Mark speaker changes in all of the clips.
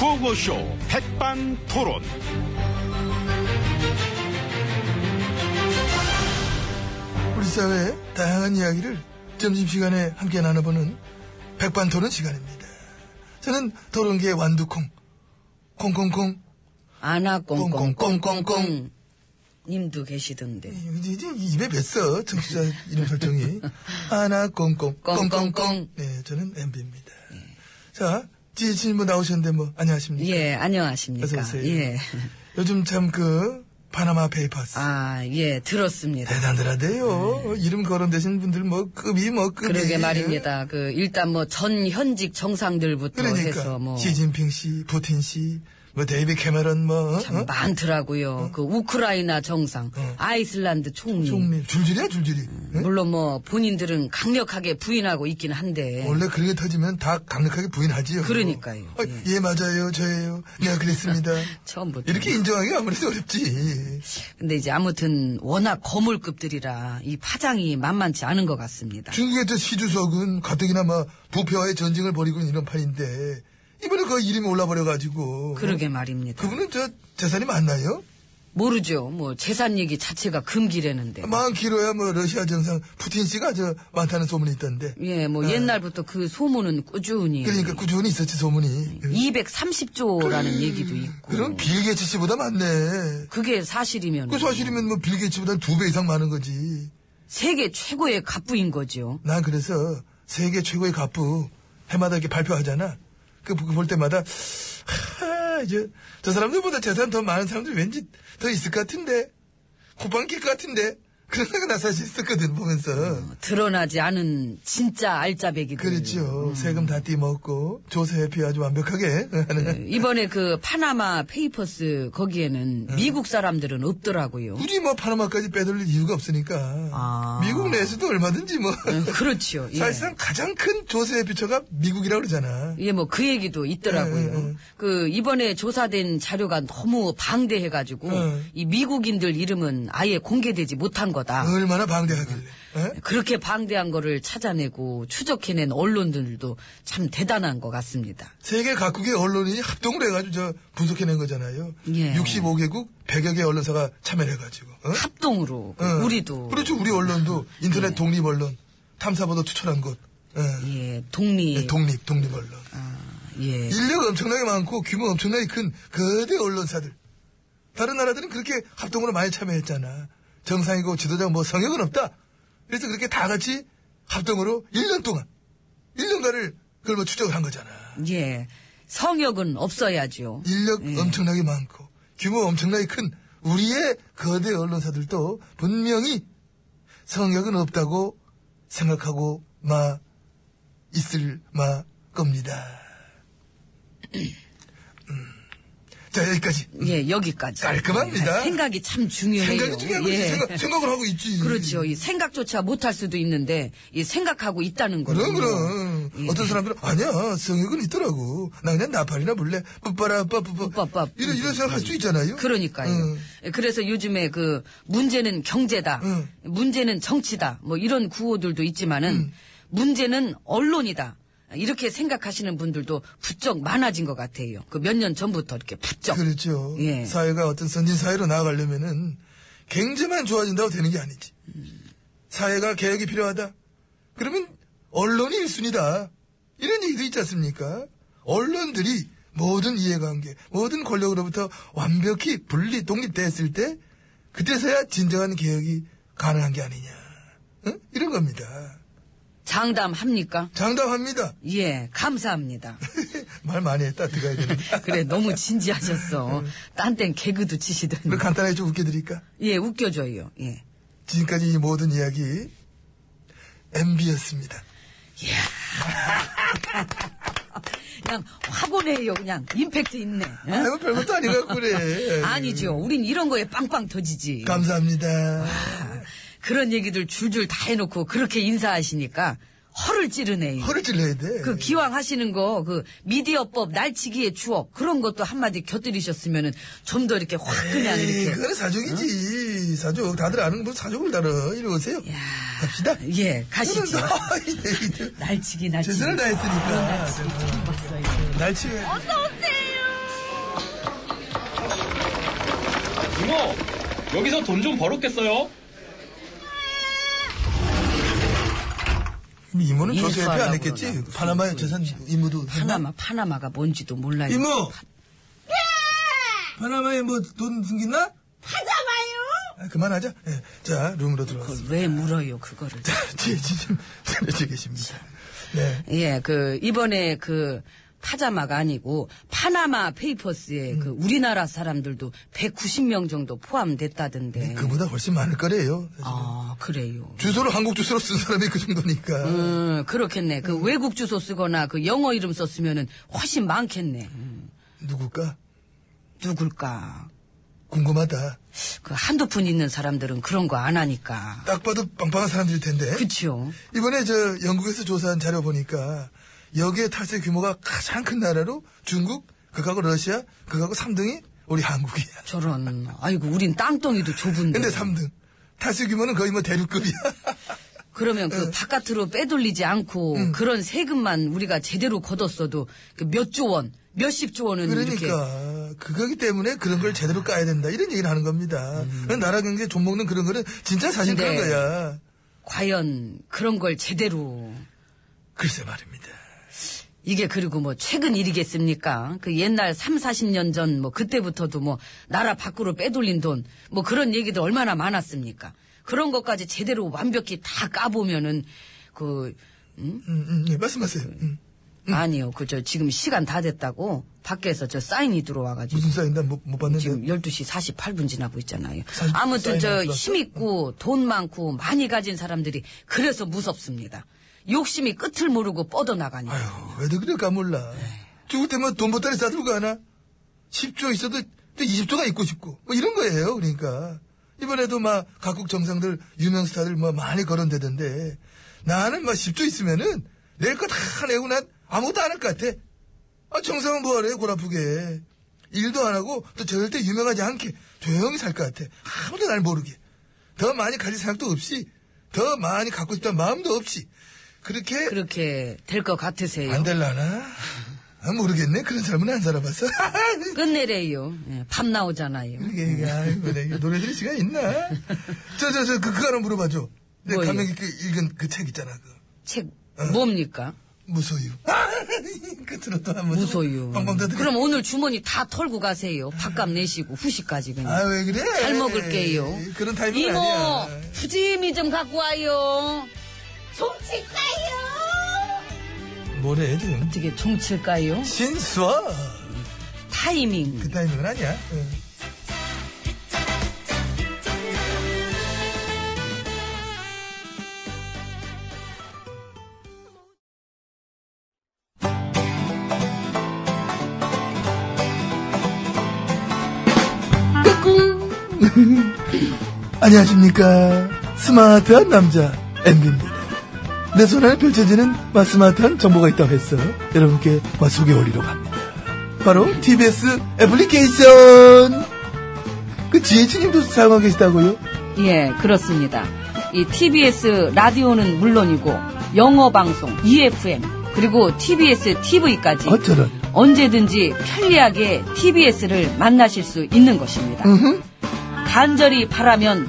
Speaker 1: 라디오쇼 백반 토론.
Speaker 2: 우리 사회의 다양한 이야기를 점심시간에 함께 나눠보는 백반토론 시간입니다. 저는 토론계 완두콩, 콩콩콩,
Speaker 3: 아나
Speaker 2: 꽁꽁꽁꽁꽁. 음.
Speaker 3: 꽁꽁꽁꽁꽁 님도 계시던데
Speaker 2: 이제 이제 입에 뱄어, 청취자 이름 설정이. 하나, 꽁꽁, 꽁꽁꽁.
Speaker 3: 꽁꽁꽁.
Speaker 2: 네, 저는 MB입니다. 자, 지혜진님 뭐 나오셨는데 뭐, 안녕하십니까?
Speaker 3: 예
Speaker 2: 어서
Speaker 3: 안녕하십니까
Speaker 2: 오세요.
Speaker 3: 예아예
Speaker 2: 요즘 참 그, 파나마 페이퍼스.
Speaker 3: 아. 예, 들었습니다
Speaker 2: 대단하더라대요. 이름 거론되신 분들 뭐, 급이 뭐, 급이.
Speaker 3: 네. 그러게 말입니다 그 일단 뭐 전 현직 정상들부터
Speaker 2: 그러니까
Speaker 3: 해서 뭐 참
Speaker 2: 시진핑 씨, 푸틴 씨, 뭐 데이비 캐머런 뭐 어?
Speaker 3: 많더라고요 그 우크라이나 정상 아이슬란드 총리,
Speaker 2: 총리 줄줄이야 줄줄이. 응?
Speaker 3: 물론 뭐 본인들은 강력하게 부인하고 있긴 한데
Speaker 2: 원래 그런 게 터지면 다 강력하게 부인하지요.
Speaker 3: 그러니까요.
Speaker 2: 어, 예. 맞아요 저예요 내가 그랬습니다.
Speaker 3: 처음부터
Speaker 2: 이렇게 인정하기 아무래도 어렵지.
Speaker 3: 근데 이제 아무튼 워낙 거물급들이라 이 파장이 만만치 않은 것 같습니다
Speaker 2: 중국의 저 시주석은 가뜩이나마 뭐 부패와의 전쟁을 벌이고 있는 이런 판인데 이번에 그 이름이 올라버려가지고
Speaker 3: 그러게 말입니다
Speaker 2: 그분은 저 재산이 많나요?
Speaker 3: 모르죠. 뭐 재산 얘기 자체가 금기라는데.
Speaker 2: 만 키로야 뭐 러시아 정상 푸틴 씨가 저 많다는 소문이 있던데.
Speaker 3: 예, 뭐 옛날부터 그 소문은 꾸준히
Speaker 2: 그러니까 꾸준히 있었지 소문이.
Speaker 3: 예. 230조라는 얘기도 있고.
Speaker 2: 그럼 빌 게이츠 씨보다 많네.
Speaker 3: 그게 사실이면
Speaker 2: 그 사실이면 뭐 빌 게이츠보다 두 배 이상 많은 거지.
Speaker 3: 세계 최고의 갑부인 거죠.
Speaker 2: 난 그래서 세계 최고의 갑부 해마다 이렇게 발표하잖아. 그 볼 때마다 하, 이제 저 사람들보다 재산 더 많은 사람들이 왠지 더 있을 것 같은데 콧방길 것 같은데 그런 생각 나 사실 있었거든 보면서.
Speaker 3: 음. 드러나지 않은 진짜 알짜배기들.
Speaker 2: 그렇죠. 세금 다 띠먹고 조세 회피 아주 완벽하게 하는.
Speaker 3: 이번에 그 파나마 페이퍼스 거기에는
Speaker 2: 예.
Speaker 3: 미국 사람들은 없더라고요.
Speaker 2: 굳이 뭐 파나마까지 빼돌릴 이유가 없으니까
Speaker 3: 아.
Speaker 2: 미국 내에서도 얼마든지 뭐
Speaker 3: 어, 그렇죠. 예.
Speaker 2: 사실상 가장 큰 조세의 비처가 미국이라고 그러잖아.
Speaker 3: 예, 뭐, 그 얘기도 있더라고요.
Speaker 2: 예, 예, 예.
Speaker 3: 그, 이번에 조사된 자료가 너무 방대해가지고,
Speaker 2: 예.
Speaker 3: 이 미국인들 이름은 아예 공개되지 못한 거다.
Speaker 2: 얼마나 방대하길래.
Speaker 3: 아.
Speaker 2: 예?
Speaker 3: 그렇게 방대한 거를 찾아내고 추적해낸 언론들도 참 대단한 것 같습니다.
Speaker 2: 세계 각국의 언론이 합동을 해가지고 저 분석해낸 거잖아요.
Speaker 3: 예.
Speaker 2: 65개국 100여 개 언론사가 참여해가지고. 어?
Speaker 3: 합동으로, 그
Speaker 2: 어.
Speaker 3: 우리도.
Speaker 2: 그렇죠. 우리 언론도 인터넷 독립 언론, 탐사보도 추천한 곳. 예.
Speaker 3: 예, 독립.
Speaker 2: 예, 독립, 독립 언론.
Speaker 3: 예.
Speaker 2: 인력 엄청나게 많고 규모 엄청나게 큰 거대 언론사들. 다른 나라들은 그렇게 합동으로 많이 참여했잖아. 정상이고 지도자 뭐 성역은 없다. 그래서 그렇게 다 같이 합동으로 1년 동안, 1년간을 그걸 뭐 추적을 한 거잖아.
Speaker 3: 예. 성역은 없어야죠.
Speaker 2: 인력
Speaker 3: 예.
Speaker 2: 엄청나게 많고 규모 엄청나게 큰 우리의 거대 언론사들도 분명히 성역은 없다고 생각하고 마 있을 마 겁니다. 음. 자 여기까지
Speaker 3: 예, 여기까지.
Speaker 2: 깔끔합니다.
Speaker 3: 예, 생각이 참 중요해요.
Speaker 2: 생각이 중요한 거지
Speaker 3: 예.
Speaker 2: 생각, 생각을 하고 있지.
Speaker 3: 그렇죠. 이 생각조차 못할 수도 있는데 이 생각하고 있다는 거죠.
Speaker 2: 그럼 그럼
Speaker 3: 예.
Speaker 2: 어떤 사람들은 아니야 성역은 있더라고 나 그냥 나팔이나 불래 뽀빠라 빠뿌빠
Speaker 3: 뽀빠빠.
Speaker 2: 이런 이런 생각할 수 있잖아요.
Speaker 3: 그러니까요.
Speaker 2: 음.
Speaker 3: 그래서 요즘에 그 문제는 경제다,
Speaker 2: 음.
Speaker 3: 문제는 정치다, 뭐 이런 구호들도 있지만은 문제는 언론이다. 이렇게 생각하시는 분들도 부쩍 많아진 것 같아요. 그 몇 년 전부터 이렇게 부쩍.
Speaker 2: 그렇죠.
Speaker 3: 예.
Speaker 2: 사회가 어떤 선진 사회로 나아가려면은 경제만 좋아진다고 되는 게 아니지. 사회가 개혁이 필요하다. 그러면 언론이 1순위다. 이런 얘기도 있지 않습니까? 언론들이 모든 이해관계, 모든 권력으로부터 완벽히 분리, 독립됐을 때, 그때서야 진정한 개혁이 가능한 게 아니냐. 응? 이런 겁니다.
Speaker 3: 장담합니까?
Speaker 2: 장담합니다.
Speaker 3: 예, 감사합니다.
Speaker 2: 말 많이 했다, 들어가야 되는데.
Speaker 3: 그래, 너무 진지하셨어. 딴 땐 개그도 치시더니.
Speaker 2: 음. 그럼 간단하게 좀 웃겨드릴까?
Speaker 3: 예, 웃겨줘요. 예.
Speaker 2: 지금까지 이 모든 이야기 MB였습니다.
Speaker 3: 그냥 화보네요. 그냥 임팩트 있네. 응?
Speaker 2: 아이고 별것도 아니고 그래.
Speaker 3: 아니죠. 우린 이런 거에 빵빵 터지지.
Speaker 2: 감사합니다.
Speaker 3: 아, 그런 얘기들 줄줄 다 해놓고 그렇게 인사하시니까 허를 찌르네요.
Speaker 2: 허를 찔러야 돼.
Speaker 3: 그 기왕 하시는 거 그 미디어법 날치기의 추억 그런 것도 한마디 곁들이셨으면은 좀 더 이렇게 확 그냥
Speaker 2: 에이,
Speaker 3: 이렇게 어?
Speaker 2: 그건 사족이지. 사족. 다들 아는 분 사족을 다뤄. 이리 오세요. 갑시다.
Speaker 3: 예 가시죠.
Speaker 2: 아이, 예, 얘기들.
Speaker 3: 날치기 날치기.
Speaker 2: 최선을 다했으니까.
Speaker 3: 날치기 좀 봤어요.
Speaker 2: 날치기. 어서 오세요.
Speaker 4: 저 여기서 돈 좀 벌었겠어요?
Speaker 2: 이모는
Speaker 3: 인수하라고
Speaker 2: 조세협회 안 했겠지?
Speaker 3: 그러나.
Speaker 2: 파나마의
Speaker 3: 무슨
Speaker 2: 재산
Speaker 3: 소리야.
Speaker 2: 이모도 했나?
Speaker 3: 파나마, 파나마가 뭔지도 몰라요.
Speaker 2: 이모! 네! 파나마에 뭐 돈 숨겼나? 파자마요! 그만하자. 예, 자, 룸으로 들어왔습니다.
Speaker 3: 그걸 왜 물어요, 그거를.
Speaker 2: 자, 뒤에 지금 전해주 계십니다. 네.
Speaker 3: 예, 그, 이번에 그, 파자마가 아니고, 파나마 페이퍼스에 그,
Speaker 2: 음.
Speaker 3: 우리나라 사람들도 190명 정도 포함됐다던데.
Speaker 2: 네, 그보다 훨씬 많을 거래요.
Speaker 3: 아, 그래요.
Speaker 2: 주소를 한국 주소로 쓴 사람이 그 정도니까.
Speaker 3: 음, 그렇겠네. 그 외국 주소 쓰거나 그 영어 이름 썼으면은 훨씬 많겠네. 음,
Speaker 2: 누굴까?
Speaker 3: 누굴까.
Speaker 2: 궁금하다.
Speaker 3: 그 한두 푼 있는 사람들은 그런 거 안 하니까.
Speaker 2: 딱 봐도 빵빵한 사람들일 텐데.
Speaker 3: 그치요.
Speaker 2: 이번에 저 영국에서 조사한 자료 보니까 여기에 탈세 규모가 가장 큰 나라로 중국, 극하고 러시아, 극하고 3등이 우리 한국이야.
Speaker 3: 저런. 아이고, 우린 땅덩이도 좁은데.
Speaker 2: 근데 3등. 탈세 규모는 거의 뭐 대륙급이야.
Speaker 3: 그러면 그 바깥으로 빼돌리지 않고 그런 세금만 우리가 제대로 걷었어도 그 몇 조 원, 몇십 조 원은 이렇게
Speaker 2: 그러니까 그거기 때문에 그런 걸 제대로 까야 된다 이런 얘기를 하는 겁니다.
Speaker 3: 음.
Speaker 2: 나라 경제 좀 먹는 그런 거는 진짜 사실 그런
Speaker 3: 근데-
Speaker 2: 거야.
Speaker 3: 과연 그런 걸 제대로
Speaker 2: 글쎄 말입니다.
Speaker 3: 이게 그리고 뭐 최근 일이겠습니까? 그 옛날 3, 40년 전 뭐 그때부터도 뭐 나라 밖으로 빼돌린 돈 뭐 그런 얘기들 얼마나 많았습니까? 그런 것까지 제대로 완벽히 다 까보면은 그
Speaker 2: 음, 음, 예, 말씀하세요. 음.
Speaker 3: 아니요. 그 저 지금 시간 다 됐다고 밖에서 저 사인이 들어와 가지고
Speaker 2: 무슨 사인다 못, 못
Speaker 3: 지금
Speaker 2: 봤는데.
Speaker 3: 12시 48분 지나고 있잖아요.
Speaker 2: 사- 사인은
Speaker 3: 아무튼 저
Speaker 2: 들어왔어?
Speaker 3: 힘있고 돈 많고 많이 가진 사람들이 그래서 무섭습니다. 욕심이 끝을 모르고 뻗어나가니.
Speaker 2: 아유, 왜도 그럴까 몰라. 죽을 때면 뭐 돈 보따리 싸들고 가나? 10조 있어도 또 20조가 있고 싶고. 뭐 이런 거예요, 그러니까. 이번에도 막 각국 정상들, 유명 스타들 뭐 많이 거론되던데. 나는 막 10조 있으면은 낼 거 다 내고 난 아무것도 안 할 것 같아. 아, 정상은 뭐하래, 골 아프게. 일도 안 하고 또 절대 유명하지 않게 조용히 살 것 같아. 아무도 날 모르게. 더 많이 가질 생각도 없이, 더 많이 갖고 싶다는 마음도 없이. 그렇게
Speaker 3: 그렇게 될 것 같으세요.
Speaker 2: 안 될라나? 아, 모르겠네. 그런 삶은 안 살아봤어.
Speaker 3: 끝내래요. 예, 밤 나오잖아요.
Speaker 2: 이게, 이게, 아이고, 내가 노래 들을 시간 있나? 저, 저, 저, 그, 그거 하나 물어봐줘. 내
Speaker 3: 뭐예요?
Speaker 2: 감명 깊게 읽은 그 책 있잖아, 그.
Speaker 3: 책 뭡니까?
Speaker 2: 무소유. 끝으로 또 한번.
Speaker 3: 무소유.
Speaker 2: 빵빵 터뜨려.
Speaker 3: 그럼 오늘 주머니 다 털고 가세요. 밥값 내시고 후식까지 그냥.
Speaker 2: 아, 왜 그래?
Speaker 3: 잘 먹을게요.
Speaker 2: 그런 타입은
Speaker 3: 이모,
Speaker 2: 아니야.
Speaker 3: 푸짐히 좀 갖고 와요.
Speaker 2: 뭐래, 지금.
Speaker 3: 어떻게 종칠까요?
Speaker 2: 신수아.
Speaker 3: 타이밍.
Speaker 2: 그 타이밍은 아니야. 응. 안녕하십니까. 스마트한 남자, 엠비입니다. 내 손안에 펼쳐지는 마 스마트한 정보가 있다고 해서 여러분께 마 소개해올리러 갑니다. 바로 TBS 애플리케이션! 그 지혜진님도 사용하고 계시다고요?
Speaker 3: 예, 그렇습니다. 이 TBS 라디오는 물론이고 영어 방송, EFM, 그리고 TBS TV까지
Speaker 2: 어쩌면.
Speaker 3: 언제든지 편리하게 TBS를 만나실 수 있는 것입니다. 간절히 바라면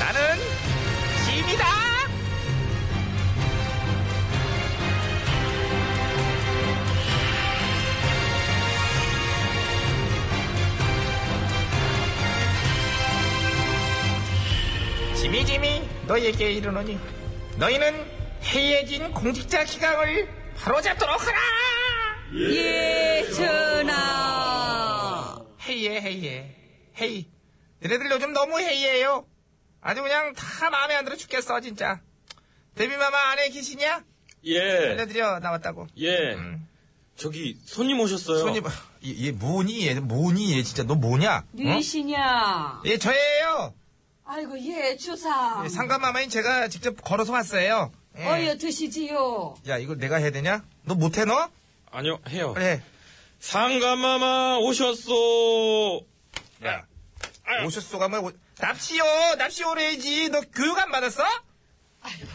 Speaker 1: 나는 짐이다.
Speaker 5: 지미 지미 너에게 이르노니 너희는 해이해진 공직자 기강을 바로잡도록 하라
Speaker 3: 예, 전하.
Speaker 5: 해이해 해이해 해이 너네들 요즘 너무 해이해요 아주 그냥 다 마음에 안 들어 죽겠어 진짜 데뷔마마 안에 계시냐?
Speaker 4: 예,
Speaker 5: 알려드려 나왔다고 뭐-
Speaker 4: 예.
Speaker 6: 저기 손님 오셨어요.
Speaker 5: 손님, 얘, 얘 뭐니? 얘 뭐니? 얘 진짜 너 뭐냐? 응?
Speaker 3: 누이시냐?
Speaker 5: 예, 저예요.
Speaker 3: 아이고 예 주상.
Speaker 5: 예, 상가마마인 제가 직접 걸어서 왔어요. 예.
Speaker 3: 어여 드시지요.
Speaker 5: 야, 이걸 내가 해야 되냐? 너 못해, 너?
Speaker 6: 아니요 해요.
Speaker 5: 그래.
Speaker 6: 상가마마 오셨소.
Speaker 5: 야, 오셨소가 뭐, 납시오! 납시 오래야지! 너 교육 안 받았어? 아이고.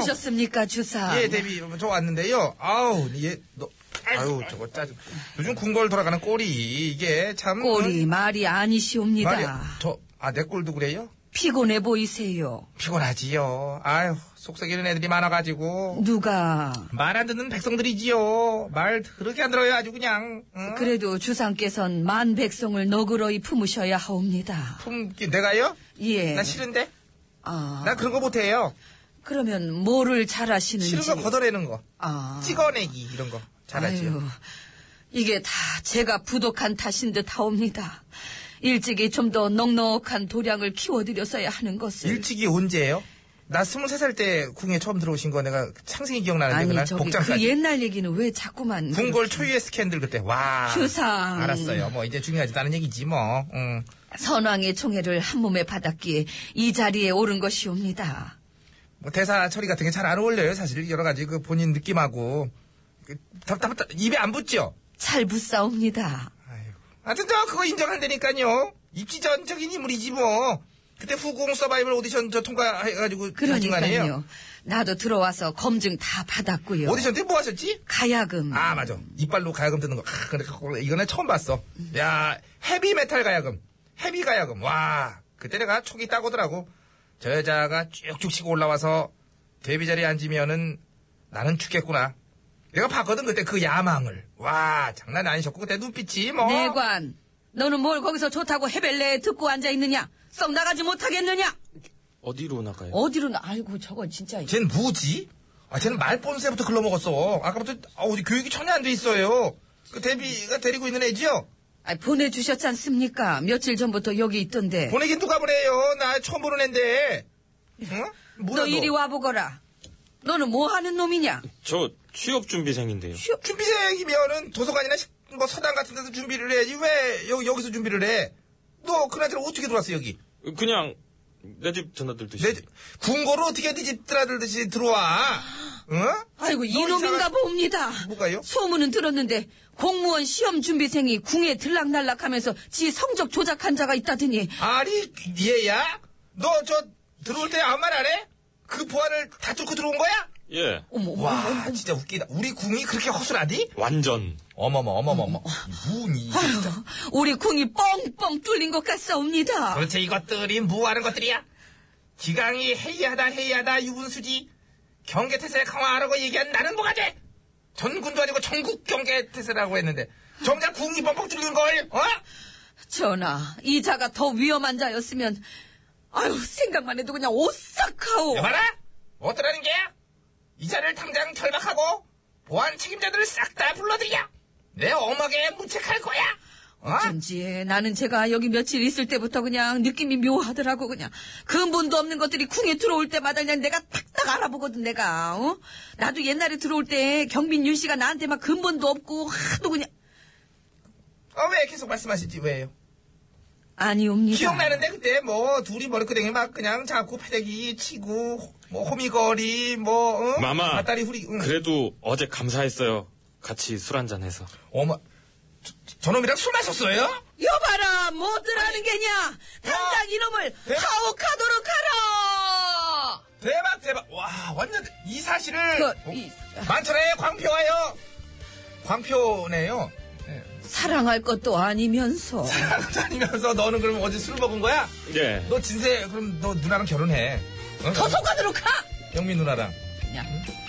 Speaker 3: 오셨습니까 주상?
Speaker 5: 예, 데뷔, 저 왔는데요. 아우, 얘, 너, 아유, 저거 짜증. 요즘 궁궐 돌아가는 꼬리, 이게 참.
Speaker 3: 꼴이 말이 아니시옵니다.
Speaker 5: 말이야. 저, 아, 내 꼴도 그래요?
Speaker 3: 피곤해 보이세요.
Speaker 5: 피곤하지요. 아유, 속썩이는 애들이 많아가지고.
Speaker 3: 누가
Speaker 5: 말 안 듣는 백성들이지요. 말 그렇게 안 들어요, 아주 그냥. 응?
Speaker 3: 그래도 주상께선 만 백성을 너그러이 품으셔야 하옵니다.
Speaker 5: 품, 내가요?
Speaker 3: 예.
Speaker 5: 나 싫은데?
Speaker 3: 아,
Speaker 5: 나 그런 거 못해요.
Speaker 3: 그러면 뭐를 잘하시는지.
Speaker 5: 싫은 거 걷어내는 거.
Speaker 3: 아.
Speaker 5: 찍어내기, 이런 거. 잘하지요.
Speaker 3: 아유, 이게 다 제가 부족한 탓인 듯 하옵니다. 일찍이 좀 더 넉넉한 도량을 키워드렸어야 하는 것을.
Speaker 5: 일찍이 언제예요? 나 23살 때 궁에 처음 들어오신 거 내가 창생이 기억나는데,
Speaker 3: 아니,
Speaker 5: 그날
Speaker 3: 저기, 그
Speaker 5: 복장까지.
Speaker 3: 옛날 얘기는 왜 자꾸만.
Speaker 5: 궁궐 초유의 스캔들 그때 와
Speaker 3: 추상.
Speaker 5: 알았어요 뭐 이제 중요하지 않은 얘기지 뭐 응.
Speaker 3: 선왕의 총애를 한 몸에 받았기에 이 자리에 오른 것이옵니다.
Speaker 5: 뭐 대사 처리 같은 게 잘 안 어울려요 사실 여러 가지 그 본인 느낌하고 그 답답하다 입에 안 붙죠
Speaker 3: 잘 붙사옵니다.
Speaker 5: 아이고. 하여튼 저 그거 인정한다니까요 입지전적인 인물이지 뭐 그때 후궁 서바이벌 오디션 저 통과해가지고 하신 거 아니에요?
Speaker 3: 그러니까요. 나도 들어와서 검증 다 받았고요.
Speaker 5: 오디션 때 뭐 하셨지?
Speaker 3: 가야금.
Speaker 5: 아 맞아 이빨로 가야금 뜨는 거 아, 근데 그거 이거는 처음 봤어 야 헤비메탈 가야금 헤비 가야금 와 그때 내가 촉이 따고더라고 저 여자가 쭉쭉 치고 올라와서 데뷔 자리에 앉으면은 나는 죽겠구나 내가 봤거든 그때 그 야망을 와 장난 아니셨고 그때 눈빛이 뭐
Speaker 3: 네, 내관. 너는 뭘 거기서 좋다고 해벨레에 듣고 앉아 있느냐? 썩 나가지 못하겠느냐?
Speaker 6: 어디로 나가요?
Speaker 3: 어디로나 아이고 저건 진짜
Speaker 5: 쟨 뭐지? 아, 쟤는 말본세부터 글러먹었어. 아까부터, 아우, 교육이 전혀 안 돼 있어요. 그 데뷔가 데리고 있는 애지요?
Speaker 3: 아, 보내주셨지 않습니까? 며칠 전부터 여기 있던데
Speaker 5: 보내긴 누가 보내요? 나 처음 보는 앤데. 응? 뭐야,
Speaker 3: 너 이리 와보거라 너는 뭐 하는 놈이냐?
Speaker 6: 저 취업 준비생인데요.
Speaker 5: 준비생이면은 도서관이나 식- 뭐 서당 같은 데서 준비를 해야지. 왜 여, 기서 준비를 해? 너 그나저나 어떻게 들어왔어, 여기?
Speaker 6: 그냥 내 집 전화들 듯이.
Speaker 5: 내, 집- 궁궐로 어떻게 네 집들아들듯이 들어와? 응?
Speaker 3: 아이고
Speaker 5: 너
Speaker 3: 이놈인가
Speaker 5: 이상한-
Speaker 3: 봅니다
Speaker 5: 뭐가요?
Speaker 3: 소문은 들었는데 공무원 시험 준비생이 궁에 들락날락하면서 지 성적 조작한 자가 있다더니
Speaker 5: 아니, 얘야? 너 저 들어올 때 아무 말 안 해? 그 보안을 다 뚫고 들어온 거야?
Speaker 6: 예.
Speaker 3: 어머 어머, 어머,
Speaker 5: 와 진짜 웃기다. 우리 궁이 그렇게 허술하디?
Speaker 6: 완전.
Speaker 5: 어머머 어머머머. 이 무니 이게 진짜.
Speaker 3: 우리 궁이 뻥뻥 뚫린 것 같사옵니다
Speaker 5: 도대체 그렇죠. 이것들이 뭐하는 것들이야? 기강이 해이하다 해이하다 유분수지. 경계태세 강화하라고 얘기한 나는 뭐가 돼? 전군도 아니고 전국 경계태세라고 했는데 정작 궁이 뻥뻥 뚫린 걸 어?
Speaker 3: 전하 이 자가 더 위험한 자였으면 아유 생각만 해도 그냥 오싹하오
Speaker 5: 여봐라 어떠라는 게야? 이 자를 당장 결박하고 보안 책임자들을 싹 다 불러들여. 내 엄하게 무책할 거야. 어?
Speaker 3: 어쩐지 나는 제가 여기 며칠 있을 때부터 그냥 느낌이 묘하더라고 그냥 근본도 없는 것들이 궁에 들어올 때마다 그냥 내가 탁탁 알아보거든 내가 어? 나도 옛날에 들어올 때 경민 윤 씨가 나한테 막 근본도 없고 하도 그냥
Speaker 5: 어, 왜 계속 말씀하시지 왜요?
Speaker 3: 아니옵니다
Speaker 5: 기억나는데 그때 뭐 둘이 머리끄댕이 막 그냥 잡고 패대기 치고 뭐 호미거리 뭐 응?
Speaker 6: 마마.
Speaker 5: 맞다리 후리 응.
Speaker 6: 그래도 어제 감사했어요. 같이 술 한잔 해서.
Speaker 5: 어머 저- 저- 저놈이랑 술 마셨어요?
Speaker 3: 여봐라 뭐들 하는 게냐 당장 이놈을
Speaker 5: 네?
Speaker 3: 하옥하도록 하라
Speaker 5: 대박 대박 와 완전 대- 이 사실을 어,
Speaker 3: 그, 이-
Speaker 5: 만천하에 광표하여 광표네요
Speaker 3: 사랑할 것도 아니면서
Speaker 5: 다니면서 너는 그럼 어제 술 먹은 거야?
Speaker 6: 예.
Speaker 5: 너 진세 그럼 너 누나랑 결혼해 응?
Speaker 3: 더 속아도록 하
Speaker 5: 영민 누나랑
Speaker 3: 그냥